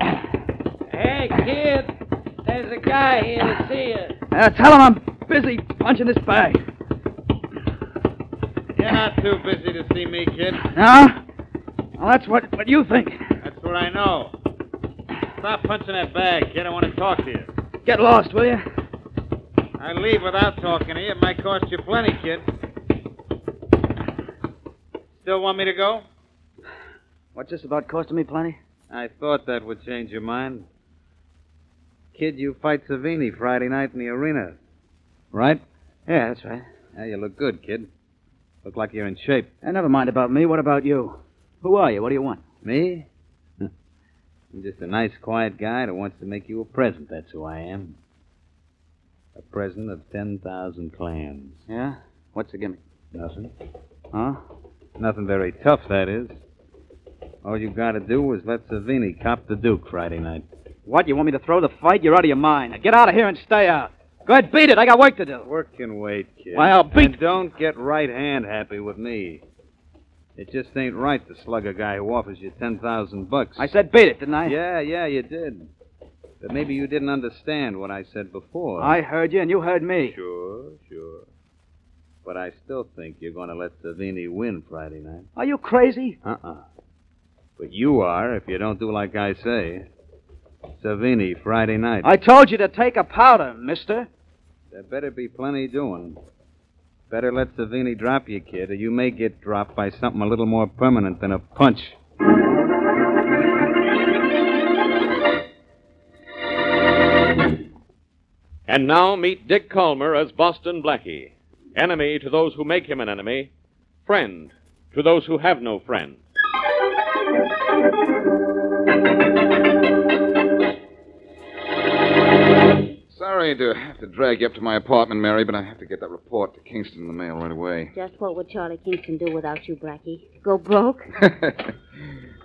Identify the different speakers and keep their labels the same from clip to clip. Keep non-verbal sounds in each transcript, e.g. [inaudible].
Speaker 1: Hey, kid, there's a guy here to see you.
Speaker 2: Uh, tell him I'm busy punching this bag.
Speaker 1: You're not too busy to see me, kid.
Speaker 2: No? Well, that's what, what you think.
Speaker 1: That's what I know. Stop punching that bag, kid. I want to talk to you.
Speaker 2: Get lost, will you?
Speaker 1: I leave without talking to you. It might cost you plenty, kid. Still want me to go?
Speaker 2: What's this about costing me plenty?
Speaker 1: I thought that would change your mind. Kid, you fight Savini Friday night in the arena. Right?
Speaker 2: Yeah, that's right.
Speaker 1: Yeah, you look good, kid. Look like you're in shape.
Speaker 2: Uh, never mind about me. What about you? Who are you? Oh, What do you want?
Speaker 1: Me? [laughs] I'm just a nice, quiet guy that wants to make you a present. That's who I am. A present of 10,000 clams.
Speaker 2: Yeah? What's the gimmick?
Speaker 1: Nothing.
Speaker 2: Huh?
Speaker 1: Nothing very tough, that is. All you gotta do is let Savini cop the Duke Friday night.
Speaker 2: What? You want me to throw the fight? You're out of your mind. Now get out of here and stay out. Go ahead, beat it. I got work to do.
Speaker 1: Work can wait, kid.
Speaker 2: Why, I'll beat-
Speaker 1: And don't get right hand happy with me. It just ain't right to slug a guy who offers you 10,000 bucks.
Speaker 2: I said beat it, didn't I?
Speaker 1: Yeah, yeah, you did. But maybe you didn't understand what I said before.
Speaker 2: I heard you, and you heard me.
Speaker 1: Sure, sure. But I still think you're going to let Savini win Friday night.
Speaker 2: Are you crazy?
Speaker 1: Uh-uh. But you are if you don't do like I say. Savini Friday night.
Speaker 2: I told you to take a powder, mister.
Speaker 1: There better be plenty doing. Better let Savini drop you, kid, or you may get dropped by something a little more permanent than a punch.
Speaker 3: And now meet Dick Calmer as Boston Blackie, enemy to those who make him an enemy, friend to those who have no friend.
Speaker 4: Sorry to have to drag you up to my apartment, Mary, but I have to get that report to Kingston in the mail right away. [laughs]
Speaker 5: Just what would Charlie Kingston do without you, Blackie? Go
Speaker 4: [laughs]
Speaker 5: broke?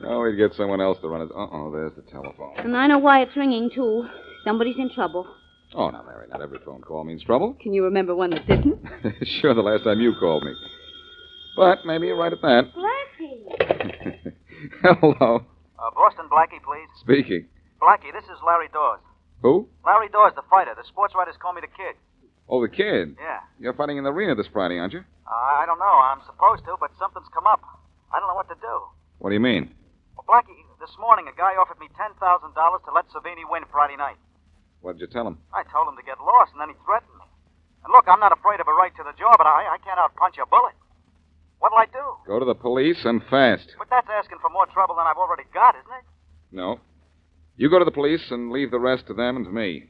Speaker 4: oh, we'd get someone else to run it. Uh-oh, there's the telephone.
Speaker 5: And I know why it's ringing, too. Somebody's in trouble.
Speaker 4: Oh, now, Mary, not every phone call means trouble. [laughs]
Speaker 5: Can you remember one that didn't?
Speaker 4: sure, the last time you called me. But maybe you're right at that. [laughs]
Speaker 5: Blackie!
Speaker 4: Hello.
Speaker 6: Uh, Boston Blackie, please.
Speaker 4: Speaking.
Speaker 6: Blackie, this is Larry Dawes.
Speaker 4: Who?
Speaker 6: Larry Dawes, the fighter. The sports writers call me the kid.
Speaker 4: Oh, the kid.
Speaker 6: Yeah.
Speaker 4: You're fighting in the arena this Friday, aren't you?
Speaker 6: Uh, I don't know. I'm supposed to, but something's come up. I don't know what to do.
Speaker 4: What do you mean?
Speaker 6: Well, Blackie, this morning a guy offered me $10,000 to let Savini win Friday night.
Speaker 4: What did you tell him?
Speaker 6: I told him to get lost, and then he threatened me. And look, I'm not afraid of a right to the jaw, but I, I can't outpunch a bullet. What'll I do?
Speaker 4: Go to the police and fast.
Speaker 6: But that's asking for more trouble than I've already got, isn't it?
Speaker 4: No. You go to the police and leave the rest to them and to me.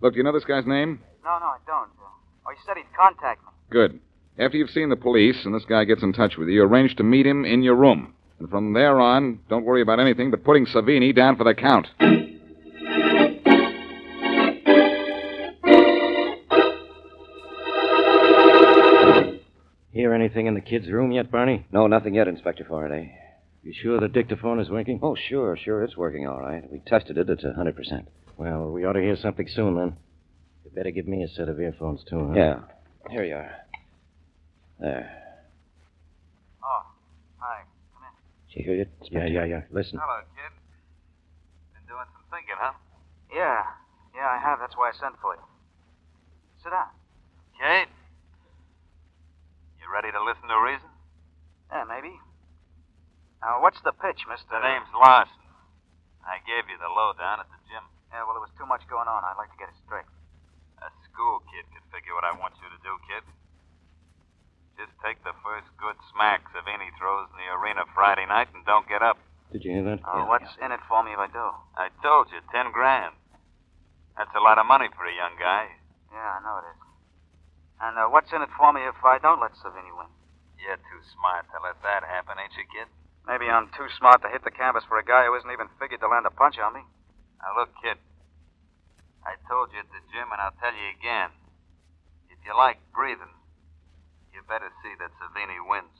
Speaker 4: Look, do you know this guy's name?
Speaker 6: No, no, I don't. Oh, he said he'd contact me.
Speaker 4: Good. After you've seen the police and this guy gets in touch with you, arrange to meet him in your room. And from there on, don't worry about anything but putting Savini down for the count.
Speaker 7: Hear anything in the kid's room yet, Barney?
Speaker 8: No, nothing yet, Inspector Faraday.
Speaker 7: You sure the dictaphone is working?
Speaker 8: Oh, sure, sure, it's working all right. We tested it. It's a 100%.
Speaker 7: Well, we ought to hear something soon then. You better give me a set of earphones too. Huh?
Speaker 8: Yeah. Here you are. There.
Speaker 6: Oh, hi. Come in.
Speaker 8: Did you hear it?
Speaker 7: yeah, yeah, yeah. Listen.
Speaker 6: Hello, kid. Been doing some thinking, huh? Yeah. Yeah, I have. That's why I sent for you. Sit down. Kate? You ready to listen to reason? Yeah, maybe. Now, what's the pitch, Mr. The name's Larson. I gave you the lowdown at the gym. Yeah, well, there was too much going on. I'd like to get it straight. A school kid could figure what I want you to do, kid. Just take the first good smack Savini throws in the arena Friday night and don't get up.
Speaker 8: Did you hear that?
Speaker 1: Uh,
Speaker 6: Oh, what's in it for me if I do? I told you, ten grand. That's a lot of money for a young guy. Yeah, I know it is. And uh, what's in it for me if I don't let Savini win? You're too smart to let that happen, ain't you, kid? Maybe I'm too smart to hit the canvas for a guy who isn't even figured to land a punch on me. Now, look, kid. I told you at the gym, and I'll tell you again. If you like breathing, you better see that Savini wins.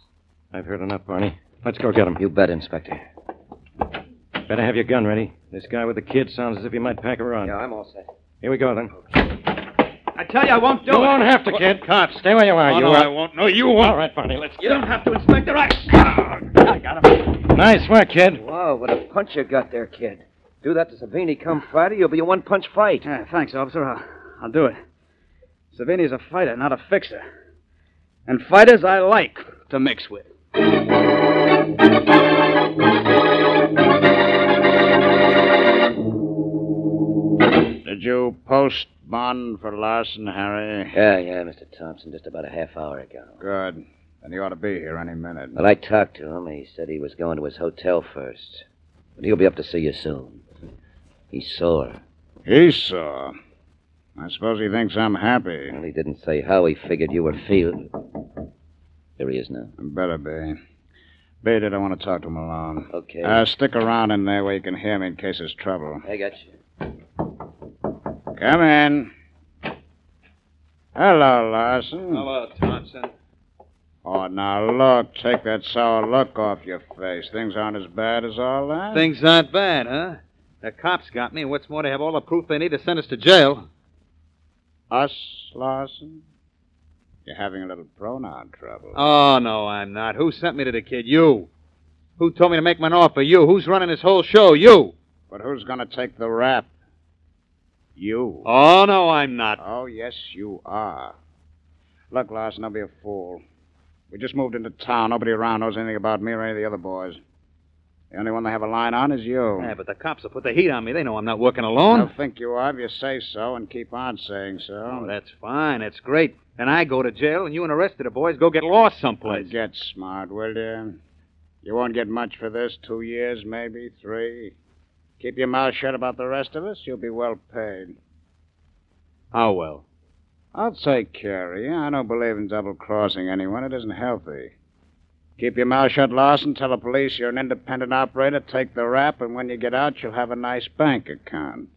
Speaker 7: I've heard enough, Barney. Let's go get him.
Speaker 8: You bet, Inspector.
Speaker 7: Better have your gun ready. This guy with the kid sounds as if he might pack a run.
Speaker 8: I'm all set.
Speaker 7: Here we go, then.
Speaker 2: I tell you, I won't do
Speaker 7: You
Speaker 2: it.
Speaker 7: won't have to, kid. Cops, stay where you are.
Speaker 3: Oh,
Speaker 7: you
Speaker 3: no,
Speaker 7: are...
Speaker 3: I won't. No, you won't.
Speaker 7: All right, Barney, let's
Speaker 2: You don't have to, Inspector. I, I got him.
Speaker 7: Nice work, kid.
Speaker 8: Whoa, what a punch you got there, kid. Do that to Savini come Friday, you'll be a one punch fight.
Speaker 2: Yeah, thanks, officer. I'll, I'll do it. Savini's a fighter, not a fixer. And fighters I like to mix with.
Speaker 9: Did you post bond for Larson, Harry?
Speaker 8: Yeah, yeah, Mr. Thompson, just about a half hour ago.
Speaker 9: Good. Then he ought to be here any minute.
Speaker 8: Well, I talked to him. He said he was going to his hotel first. But he'll be up to see you soon. He's sore.
Speaker 9: He saw. I suppose he thinks I'm happy.
Speaker 8: Well, he didn't say how he figured you were feeling. There he is now.
Speaker 9: Better be. Bait, I want to talk to him alone.
Speaker 8: Okay.
Speaker 9: Uh, stick around in there where you can hear me in case there's trouble.
Speaker 8: I got you.
Speaker 9: Come in. Hello, Larson.
Speaker 1: Hello, Thompson.
Speaker 9: Oh, now look, take that sour look off your face. Things aren't as bad as all that.
Speaker 1: Things aren't bad, huh? The cops got me, and what's more, they have all the proof they need to send us to jail.
Speaker 9: Us, Larson? You're having a little pronoun trouble.
Speaker 1: Oh, no, I'm not. Who sent me to the kid? You. Who told me to make him an offer? You. Who's running this whole show? You.
Speaker 9: But who's going to take the rap? You.
Speaker 1: Oh, no, I'm not.
Speaker 9: Oh, yes, you are. Look, Larson, don't be a fool. We just moved into town. Nobody around knows anything about me or any of the other boys. The only one they have a line on is you.
Speaker 1: Yeah, but the cops will put the heat on me. They know I'm not working
Speaker 9: I
Speaker 1: alone.
Speaker 9: don't think you are if you say so and keep on saying so.
Speaker 1: Oh, that's fine. That's great. Then I go to jail, and you and the rest of the boys go get lost someplace.
Speaker 9: Now Get smart, will you? You won't get much for this. Two years, maybe, three. Keep your mouth shut about the rest of us. You'll be well paid.
Speaker 2: Ah,
Speaker 1: How well?
Speaker 9: I'll take care of you. I don't believe in double crossing anyone. It isn't healthy. Keep your mouth shut, Larson. Tell the police you're an independent operator. Take the rap, and when you get out, you'll have a nice bank account.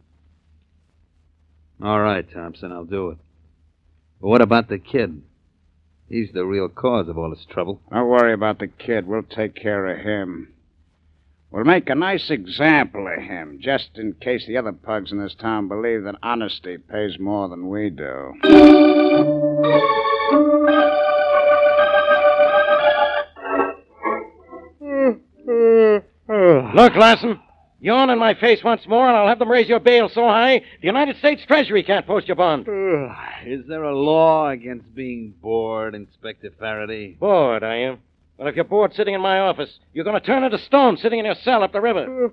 Speaker 1: All right, Thompson, I'll do it. But what about the kid? He's the real cause of all this trouble.
Speaker 9: Don't worry about the kid. We'll take care of him. We'll make a nice example of him, just in case the other pugs in this town believe that honesty pays more than we do.
Speaker 7: Look, Larson, yawn in my face once more, and I'll have them raise your bail so high the United States Treasury can't post your bond.
Speaker 1: Is there a law against being bored, Inspector Faraday?
Speaker 7: Bored, I am. Well, if you're bored sitting in my office, you're going to turn into stone sitting in your cell up the river.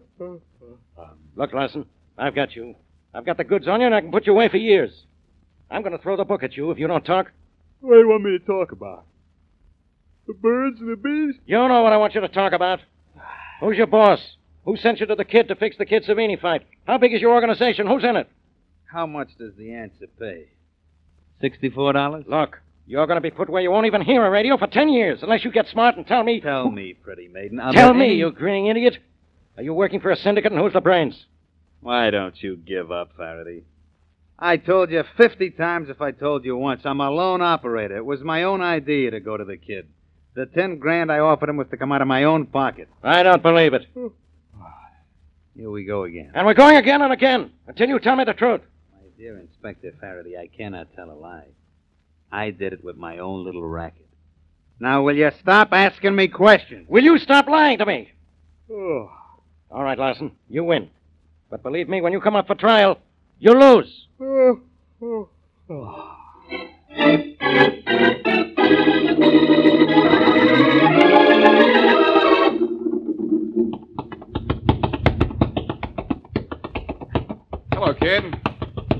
Speaker 7: Look, Larson, I've got you. I've got the goods on you, and I can put you away for years. I'm going to throw the book at you if you don't talk.
Speaker 2: What do you want me to talk about? The birds and the bees?
Speaker 7: You know what I want you to talk about. Who's your boss? Who sent you to the kid to fix the kid Savini fight? How big is your organization? Who's in it?
Speaker 1: How much does the answer pay? Sixty-four dollars.
Speaker 7: Look, you're going to be put where you won't even hear a radio for ten years unless you get smart and tell me.
Speaker 1: Tell me, pretty maiden. I'll
Speaker 7: Tell
Speaker 1: bet
Speaker 7: me,
Speaker 1: any-
Speaker 7: you grinning idiot. Are you working for a syndicate and who's the brains?
Speaker 1: Why don't you give up, Faraday? I told you fifty times if I told you once. I'm a lone operator. It was my own idea to go to the kid. The ten grand I offered him was to come out of my own pocket.
Speaker 7: I don't believe it.
Speaker 1: Here we go again.
Speaker 7: And we're going again and again until you tell me the truth.
Speaker 1: My dear Inspector Faraday, I cannot tell a lie. I did it with my own little racket. Now, will you stop asking me questions?
Speaker 7: Will you stop lying to me?
Speaker 2: Oh.
Speaker 7: All right, Larson, you win. But believe me, when you come up for trial, you lose.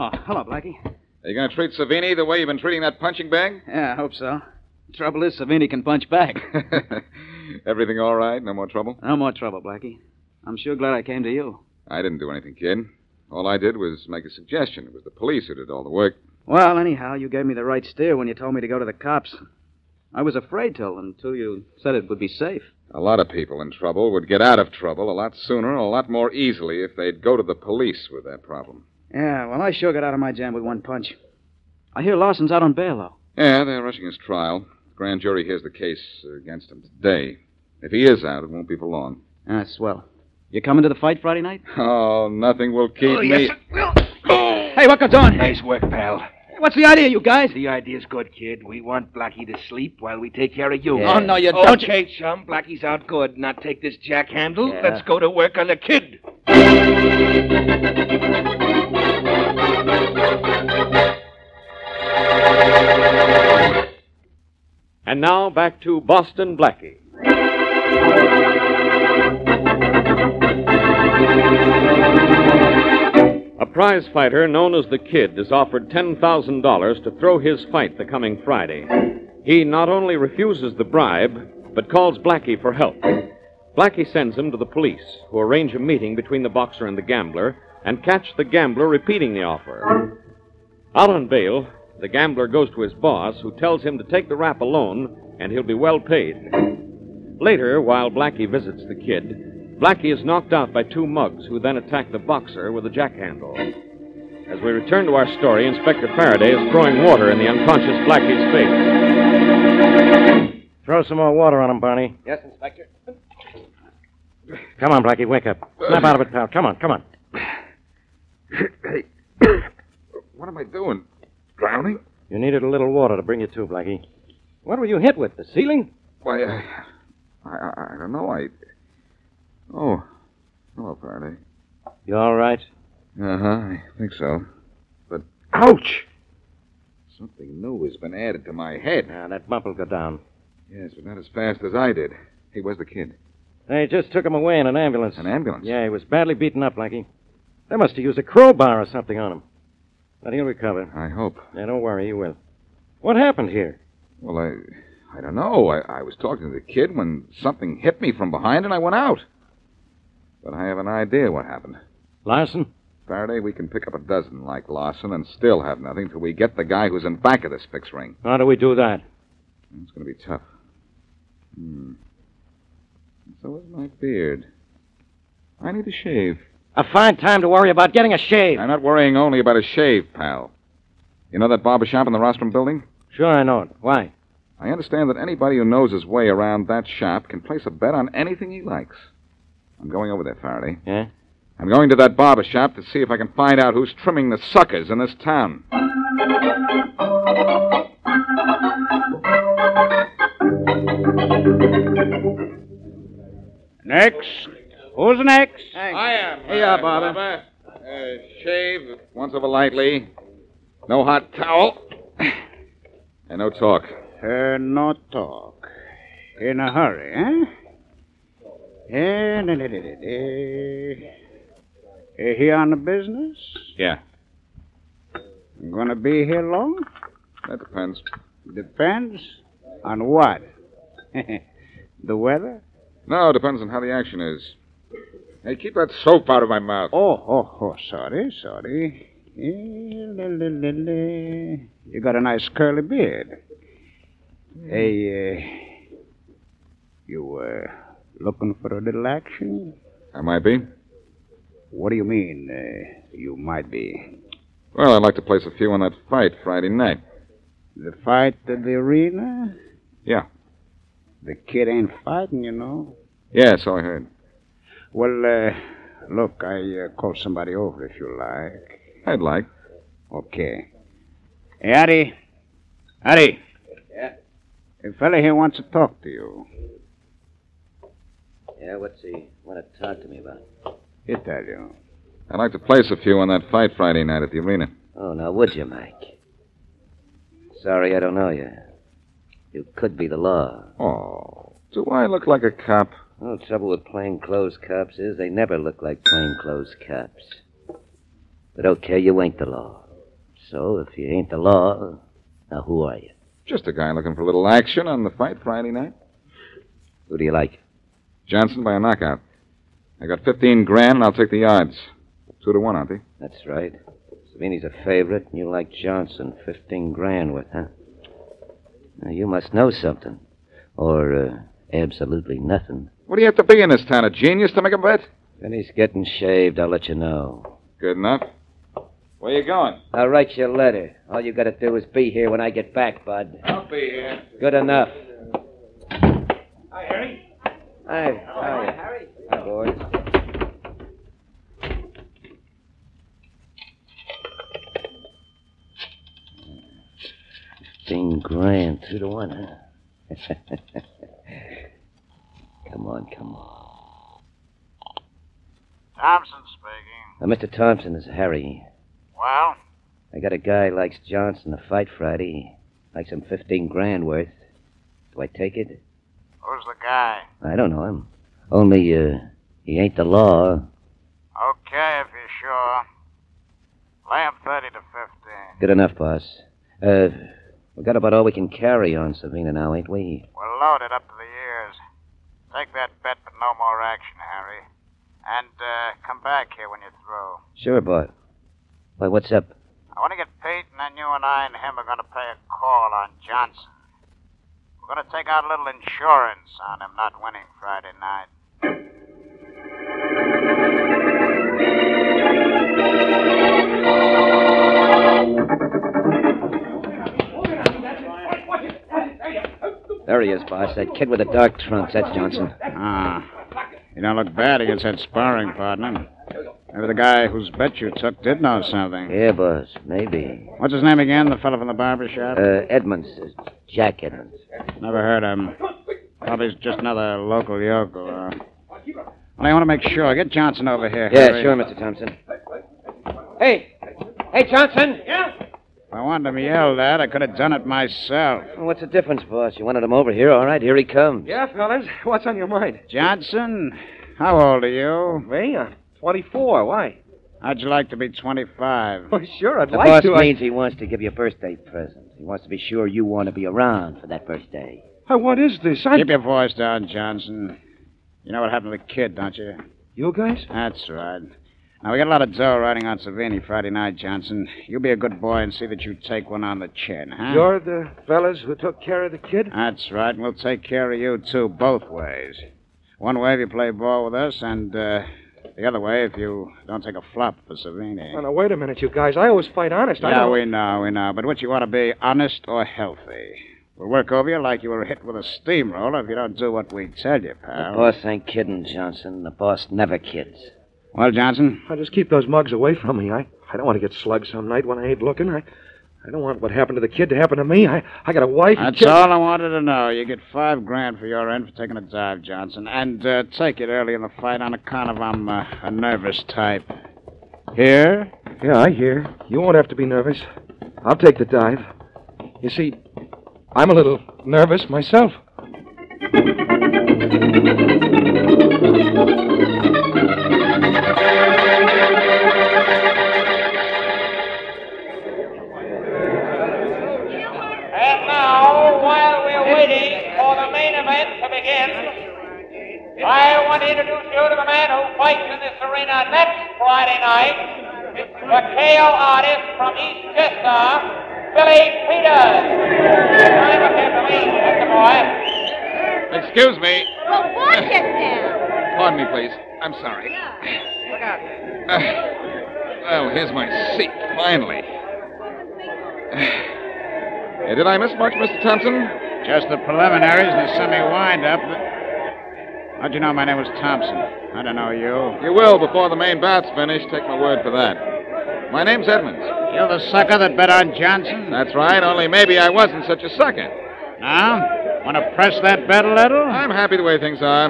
Speaker 2: Ah.
Speaker 4: going to treat Savini the way you've been treating that punching bag?
Speaker 2: Yeah, I hope so. Trouble is, Savini can
Speaker 1: [laughs]
Speaker 2: punch back.
Speaker 4: Everything all right? No more trouble?
Speaker 2: no more trouble, Blackie. I'm sure glad I came to you.
Speaker 4: I didn't do anything, kid. All I did was make a suggestion. It was the police who did all the work.
Speaker 2: Well, anyhow, you gave me the right steer when you told me to go to the cops. I was afraid till until you said it would be safe.
Speaker 4: A lot of people in trouble would get out of trouble a lot sooner, a lot more easily if they'd go to the police with their problem.
Speaker 2: Yeah, well, I sure got out of my jam with one punch. I hear Larson's out on bail, though.
Speaker 4: Yeah, they're rushing his trial. The grand jury hears the case against him today. If he is out, it won't be for long.
Speaker 2: Ah, swell. You coming to the fight Friday night?
Speaker 4: Oh, nothing will keep
Speaker 2: Oh,
Speaker 4: me.
Speaker 2: yes, Hey, what goes on?
Speaker 10: Nice work, pal.
Speaker 2: What's the idea, you guys?
Speaker 10: The idea's good, kid. We want Blackie to sleep while we take care of you.
Speaker 2: Yeah. Oh, no, you don't.
Speaker 10: Okay, chum. Blackie's out good. Now take this jack handle.
Speaker 2: Yeah.
Speaker 10: Let's go to work on the kid.
Speaker 3: And now back to Boston Blackie. A prize fighter known as the Kid is offered $10,000 to throw his fight the coming Friday. He not only refuses the bribe, but calls Blackie for help. Blackie sends him to the police, who arrange a meeting between the boxer and the gambler and catch the gambler repeating the offer. Out on bail, the gambler goes to his boss, who tells him to take the rap alone and he'll be well paid. Later, while Blackie visits the kid, Blackie is knocked out by two mugs who then attack the boxer with a jack handle. As we return to our story, Inspector Faraday is throwing water in the unconscious Blackie's face.
Speaker 7: Throw some more water on him, Barney.
Speaker 10: Yes, Inspector.
Speaker 7: Come on, Blackie, wake up. Snap out of it, pal. Come on, come on.
Speaker 4: Hey, [coughs] what am I doing? Drowning?
Speaker 7: You needed a little water to bring you to, Blackie. What were you hit with? The ceiling?
Speaker 4: Why, I, I, I don't know. I. Oh, hello, Faraday.
Speaker 7: You all right?
Speaker 4: Uh huh. I think so. But ouch! Something new has been added to my head.
Speaker 7: Now that bump will go down.
Speaker 4: Yes, but not as fast as I did. Hey, where's the kid?
Speaker 7: They just took him away in an ambulance.
Speaker 4: An ambulance?
Speaker 7: Yeah, he was badly beaten up, Blackie. They must have used a crowbar or something on him. But he'll recover.
Speaker 4: I hope.
Speaker 7: Yeah, don't worry, he will. What happened here?
Speaker 4: Well, I, I don't know. I, I was talking to the kid when something hit me from behind and I went out. But I have an idea what happened.
Speaker 7: Larson?
Speaker 4: Faraday, we can pick up a dozen like Larson and still have nothing till we get the guy who's in back of this fix ring.
Speaker 7: How do we do that?
Speaker 4: It's going to be tough. Hmm. So is my beard. I need a shave.
Speaker 7: A fine time to worry about getting a shave.
Speaker 4: I'm not worrying only about a shave, pal. You know that barber shop in the Rostrum building?
Speaker 7: Sure, I know it. Why?
Speaker 4: I understand that anybody who knows his way around that shop can place a bet on anything he likes. I'm going over there, Faraday.
Speaker 7: Yeah?
Speaker 4: I'm going to that barber shop to see if I can find out who's trimming the suckers in this town.
Speaker 9: Next. Who's next?
Speaker 4: I am.
Speaker 9: Here you are, Barber.
Speaker 4: Uh, shave once over lightly. No hot towel. And no talk.
Speaker 9: Uh, no talk. In a hurry, eh? Eh, da, da, da, da, da. Eh, Here on the business?
Speaker 4: Yeah.
Speaker 9: Gonna be here long?
Speaker 4: That depends.
Speaker 9: Depends on what? [laughs] the weather?
Speaker 4: No, depends on how the action is. Hey, keep that soap out of my mouth.
Speaker 9: Oh, oh, oh, sorry, sorry. Eh, la, la, la, la. You got a nice curly beard.
Speaker 4: Hmm.
Speaker 9: Hey, uh, you were looking for a little action?
Speaker 4: I might be.
Speaker 9: What do you mean, uh, you might be?
Speaker 4: Well, I'd like to place a few on that fight Friday night.
Speaker 9: The fight at the arena?
Speaker 4: Yeah.
Speaker 9: The kid ain't fighting, you know.
Speaker 4: Yeah, so I heard.
Speaker 9: Well, uh, look, I uh, call somebody over if you like.
Speaker 4: I'd like.
Speaker 9: Okay. Hey, Addy. Addy.
Speaker 8: Yeah?
Speaker 9: A fella here wants to talk to you.
Speaker 8: Yeah, what's he want to talk to me about?
Speaker 9: He tell you.
Speaker 4: I'd like to place a few on that fight Friday night at the arena.
Speaker 8: Oh, now would you, Mike? Sorry, I don't know you. You could be the law.
Speaker 4: Oh, do I look like a cop?
Speaker 8: Well, the trouble with plainclothes cops is they never look like plainclothes cops. But okay, you ain't the law. So if you ain't the law, now who are you?
Speaker 4: Just a guy looking for a little action on the fight Friday night.
Speaker 8: Who do you like?
Speaker 4: Johnson by a knockout. I got 15 grand, and I'll take the odds. Two to one, aren't they?
Speaker 8: That's right. Savini's a favorite, and you like Johnson. Fifteen grand with, huh? Now, you must know something. Or uh, absolutely nothing.
Speaker 4: What do you have to be in this town, a genius to make a bet?
Speaker 8: Finney's getting shaved, I'll let you know.
Speaker 4: Good enough. Where you going?
Speaker 8: I'll write you a letter. All you gotta do is be here when I get back, bud.
Speaker 4: I'll be here.
Speaker 8: Good enough.
Speaker 10: Hi, Harry.
Speaker 8: Hi. Hi.
Speaker 10: Harry.
Speaker 8: Hi, boys. Fifteen grand, two to one, huh? [laughs] come on, come on.
Speaker 6: Thompson speaking.
Speaker 8: Now, Mr. Thompson is Harry.
Speaker 6: Well,
Speaker 8: I got a guy likes Johnson to fight Friday. Likes him fifteen grand worth. Do I take it?
Speaker 6: who's the guy?
Speaker 8: I don't know him. Only uh, he ain't the law.
Speaker 6: Okay, if you're sure. Lay 'em 30 to 15.
Speaker 8: Good enough, boss. Uh, we got about all we can carry on Savina now, ain't we?
Speaker 6: We're loaded up to the ears. Take that bet, but no more action, Harry. And uh, come back here when you're through.
Speaker 8: Sure, boss. Why, what's up?
Speaker 6: I want to get Pete, and then you and I and him are going to pay a call on Johnson. We're going to take out a little insurance on him not winning Friday night.
Speaker 8: There he is, boss. That kid with the dark trunks. That's Johnson.
Speaker 9: Ah. You don't look bad against that sparring partner. Maybe the guy whose bet you took did know something.
Speaker 8: Yeah, boss. Maybe.
Speaker 9: What's his name again? The fellow from the barber shop?
Speaker 8: Uh, Edmonds. uh, Jack Edmonds.
Speaker 9: Never heard of him. Probably he's just another local yokel. Uh. Well, I want to make sure. Get Johnson over here.
Speaker 8: Yeah,
Speaker 9: Harry.
Speaker 8: sure, Mr. Thompson.
Speaker 7: Hey! Hey, Johnson!
Speaker 10: Yeah?
Speaker 9: If I wanted him yelled at, I could have done it myself.
Speaker 8: Well, what's the difference, boss? You wanted him over here? All right, here he comes.
Speaker 10: Yeah, fellas. What's on your mind?
Speaker 9: Johnson, how old are you?
Speaker 10: Me? I'm 24. Why?
Speaker 9: How'd you like to be 25?
Speaker 10: Oh, sure, I'd
Speaker 8: The
Speaker 10: like
Speaker 8: boss
Speaker 10: to. I-
Speaker 8: means he wants to give you a birthday present. He wants to be sure you want to be around for that birthday.
Speaker 10: Hey, Uh, what is this? I...
Speaker 9: Keep your voice down, Johnson. You know what happened to the kid, don't you?
Speaker 10: You guys?
Speaker 9: That's right. Now, we got a lot of dough riding on Savini Friday night, Johnson. You be a good boy and see that you take one on the chin, huh?
Speaker 10: You're the fellas who took care of the kid?
Speaker 9: That's right, and we'll take care of you, too, both ways. One way if you play ball with us, and uh, the other way if you don't take a flop for Savini.
Speaker 10: Oh, now, wait a minute, you guys. I always fight honest. I
Speaker 9: yeah,
Speaker 10: don't...
Speaker 9: we know, we know. But what you want to be, honest or healthy. We'll work over you like you were hit with a steamroller if you don't do what we tell you,
Speaker 8: The
Speaker 9: pal.
Speaker 8: boss ain't kidding, Johnson. The boss never kids.
Speaker 9: Well, Johnson,
Speaker 10: I just keep those mugs away from me. I, I don't want to get slugged some night when I ain't looking. I, I don't want what happened to the kid to happen to me. I, I got a wife. and
Speaker 9: that's
Speaker 10: kids.
Speaker 9: all I wanted to know. You get five grand for your end for taking a dive, Johnson, and uh, take it early in the fight on account of I'm uh, a nervous type. Here?
Speaker 10: Yeah, I hear. You won't have to be nervous. I'll take the dive. You see, I'm a little nervous myself.
Speaker 11: And now, while we're waiting for the main event to begin, I want to introduce you to the man who fights in this arena next Friday night, the KO artist from East Chester, Billy Peters. Climb up here, Billy. That's the boy.
Speaker 4: Excuse me.
Speaker 5: Oh, watch yourself.
Speaker 4: Pardon me, please. I'm sorry.
Speaker 11: Look out.
Speaker 4: Ah, Well, here's my seat, finally. [sighs] Hey, did I miss much, Mr. Thompson?
Speaker 9: Just the preliminaries and the semi windup. How'd you know my name was Thompson? I don't know you.
Speaker 4: You will before the main bat's finished. Take my word for that. My name's Edmonds.
Speaker 9: You're the sucker that bet on Johnson?
Speaker 4: That's right, only maybe I wasn't such a sucker.
Speaker 9: Now? Want to press that bet a little?
Speaker 4: I'm happy the way things are.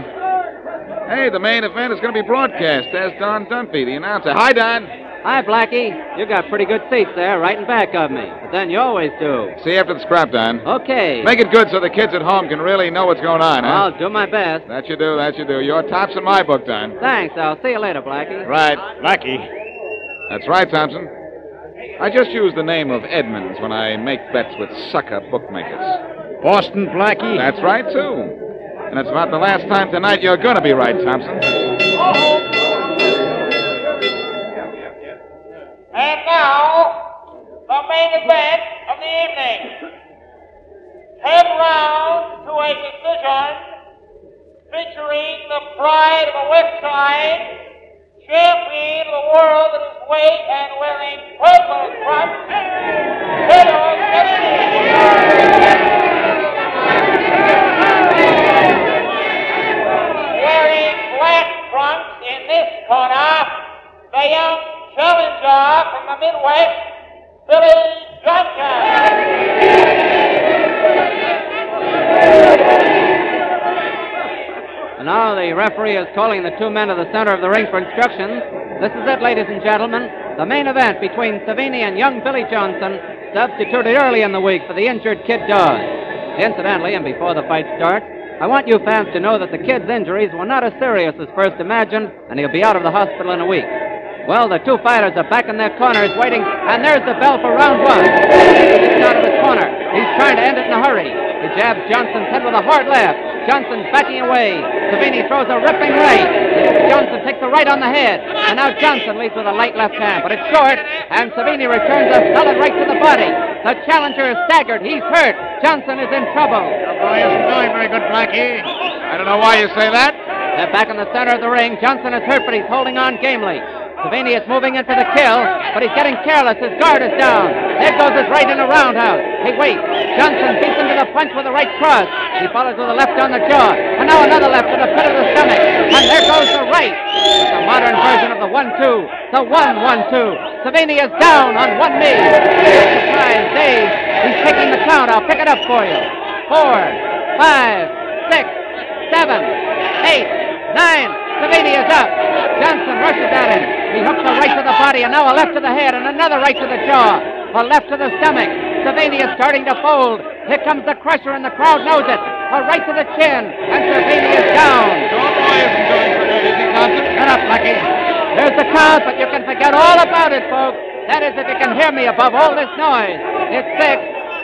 Speaker 4: Hey, the main event is going to be broadcast. There's Don Dunphy, the announcer. Hi, Don.
Speaker 12: Hi, Blackie. You got pretty good seats there, right in back of me. But then you always do.
Speaker 4: See you after the scrap, Don.
Speaker 12: Okay.
Speaker 4: Make it good so the kids at home can really know what's going on, huh?
Speaker 12: I'll do my best.
Speaker 4: That you do, that you do. You're tops in my book, Don.
Speaker 12: Thanks. I'll see you later, Blackie.
Speaker 4: Right. Lucky. That's right, Thompson. I just use the name of Edmonds when I make bets with sucker bookmakers.
Speaker 9: Boston Blackie?
Speaker 4: That's right, too. And it's about the last time tonight you're going to be right, Thompson.
Speaker 11: And now, the main event of the evening. Ten rounds to a decision featuring the pride of the West Side, champion of the world in his weight and wearing purple trunks, Leo Kennedy. Wearing black trunks in this corner, the young challenger uh, from the Midwest, Billy Johnson.
Speaker 12: And now the referee is calling the two men to the center of the ring for instructions. This is it, ladies and gentlemen. The main event between Savini and young Billy Johnson, substituted early in the week for the injured Kid Dawes. Incidentally, and before the fight starts, I want you fans to know that the kid's injuries were not as serious as first imagined, and he'll be out of the hospital in a week. Well, the two fighters are back in their corners waiting, and there's the bell for round one. He's out of his corner. He's trying to end it in a hurry. He jabs Johnson's head with a hard left. Johnson's backing away. Savini throws a ripping right. Johnson takes a right on the head. And now Johnson leads with a light left hand, but it's short, and Savini returns a solid right to the body. The challenger is staggered. He's hurt. Johnson is in trouble. The boy isn't doing very good, Blackie. I don't know why you say that. They're back in the center of the ring. Johnson is hurt, but he's holding on gamely. Savini is moving in for the kill, but he's getting careless. His guard is down. There goes his right in a roundhouse. Hey, wait. Johnson beats him to the punch with a right cross. He follows with a left on the jaw. And now another left to the pit of the stomach. And there goes the right. It's a modern version of the one-two. The one-one-two. Savini is down on one knee. Surprise, Dave. He's taking the count. I'll pick it up for you. Four, five, six, seven, eight, nine. Savini is up. Johnson rushes at him. He hooks a right to the body, and now a left to the head, and another right to the jaw. A left to the stomach. Savini is starting to fold. Here comes the crusher, and the crowd knows it. A right to the chin, and Savini is down. Shut up, Lucky. There's the crowd, but you can forget all about it, folks. That is, if you can hear me above all this noise. It's six,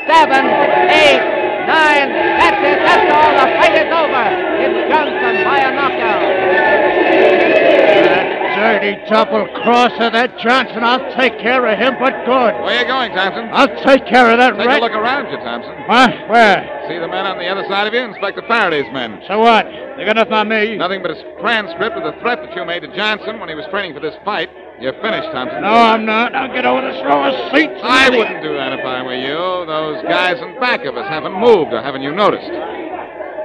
Speaker 12: seven, eight, nine. That's it. That's all. The fight is over. It's Johnson by a knockout.
Speaker 13: Dirty double crosser, that Johnson. I'll take care of him, but good.
Speaker 4: Where you going, Thompson?
Speaker 13: I'll take care of that
Speaker 4: Take
Speaker 13: right.
Speaker 4: a look around you, Thompson.
Speaker 13: Huh? Where?
Speaker 4: See the men on the other side of you? Inspector Faraday's men.
Speaker 13: So what? They got nothing on me.
Speaker 4: Nothing but a transcript of the threat that you made to Johnson when he was training for this fight. You're finished, Thompson.
Speaker 13: No, I'm not. Now get over this row of seats.
Speaker 4: I wouldn't do that if I were you. Those guys in back of us haven't moved, or haven't you noticed?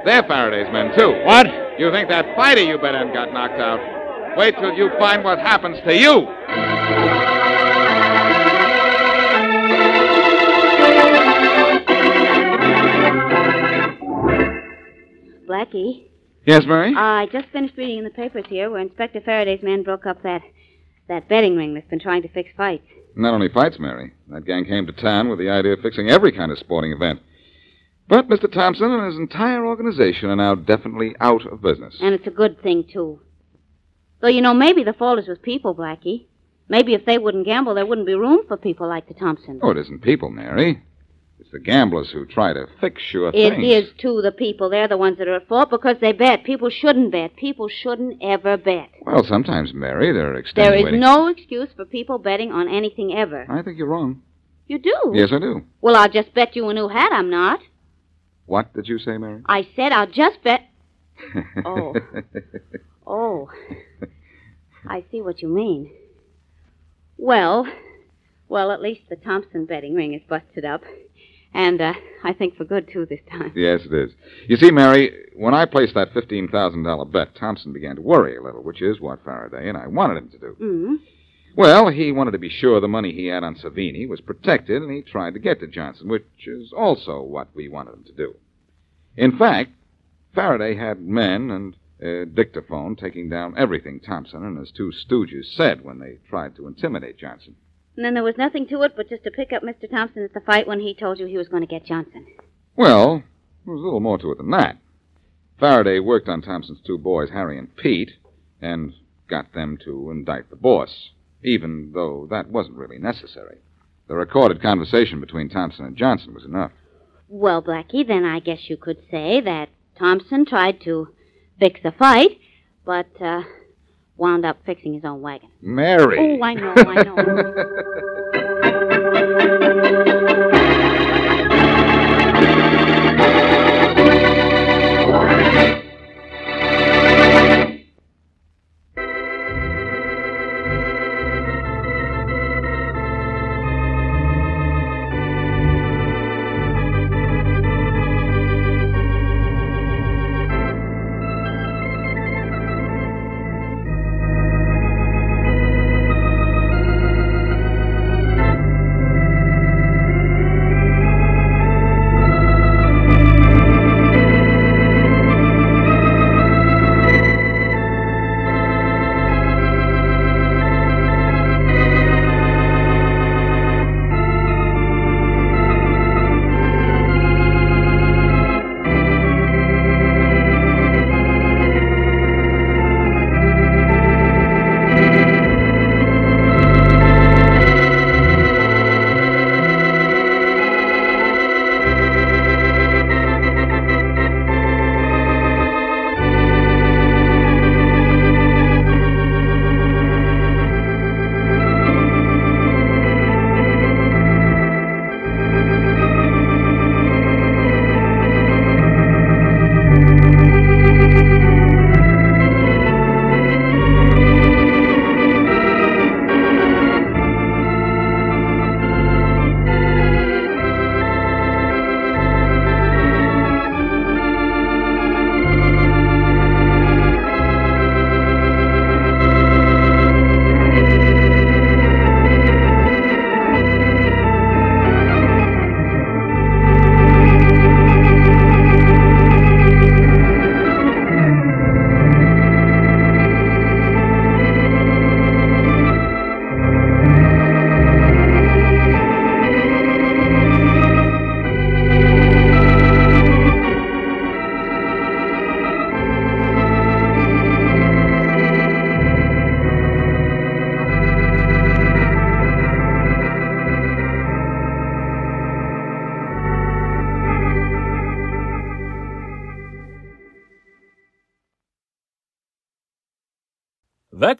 Speaker 4: They're Faraday's men, too.
Speaker 13: What?
Speaker 4: You think that fighter you bet on got knocked out? Wait till you find what happens to you.
Speaker 5: Blackie,
Speaker 4: Yes, Mary?
Speaker 5: I just finished reading in the papers here where Inspector Faraday's men broke up that that betting ring that's been trying to fix fights.
Speaker 4: Not only fights, Mary. That gang came to town with the idea of fixing every kind of sporting event. But Mr. Thompson and his entire organization are now definitely out of business.
Speaker 5: And it's a good thing, too. Though, you know, maybe the fault is with people, Blackie. Maybe if they wouldn't gamble, there wouldn't be room for people like the Thompsons.
Speaker 4: Oh, it isn't people, Mary. It's the gamblers who try to fix sure
Speaker 5: It
Speaker 4: things.
Speaker 5: is too the people. They're the ones that are at fault because they bet. People shouldn't bet. People shouldn't ever bet.
Speaker 4: Well, sometimes, Mary, there are
Speaker 5: There
Speaker 4: extenuating...
Speaker 5: is no excuse for people betting on anything ever.
Speaker 4: I think you're wrong.
Speaker 5: You do?
Speaker 4: Yes, I do.
Speaker 5: Well, I'll just bet you a new hat I'm not.
Speaker 4: What did you say, Mary?
Speaker 5: I said I'll just
Speaker 4: [laughs]
Speaker 5: bet. Oh. Oh. I see what you mean. Well, well, at least the Thompson betting ring is busted up. And uh, I think for good, too, this time.
Speaker 4: yes, it is. You see, Mary, when I placed that $15,000 bet, Thompson began to worry a little, which is what Faraday and I wanted him to do.
Speaker 5: Mm.
Speaker 4: Well, he wanted to be sure the money he had on Savini was protected, and he tried to get to Johnson, which is also what we wanted him to do. In fact, Faraday had men and a dictaphone taking down everything Thompson and his two stooges said when they tried to intimidate Johnson.
Speaker 5: And then there was nothing to it but just to pick up Mr. Thompson at the fight when he told you he was going to get Johnson.
Speaker 4: Well, there was a little more to it than that. Faraday worked on Thompson's two boys, Harry and Pete, and got them to indict the boss, even though that wasn't really necessary. The recorded conversation between Thompson and Johnson was enough.
Speaker 5: Well, Blackie, then I guess you could say that Thompson tried to fix a fight, but uh, wound up fixing his own wagon.
Speaker 4: Mary.
Speaker 5: Oh, I know, I
Speaker 4: [laughs]
Speaker 5: know.
Speaker 14: That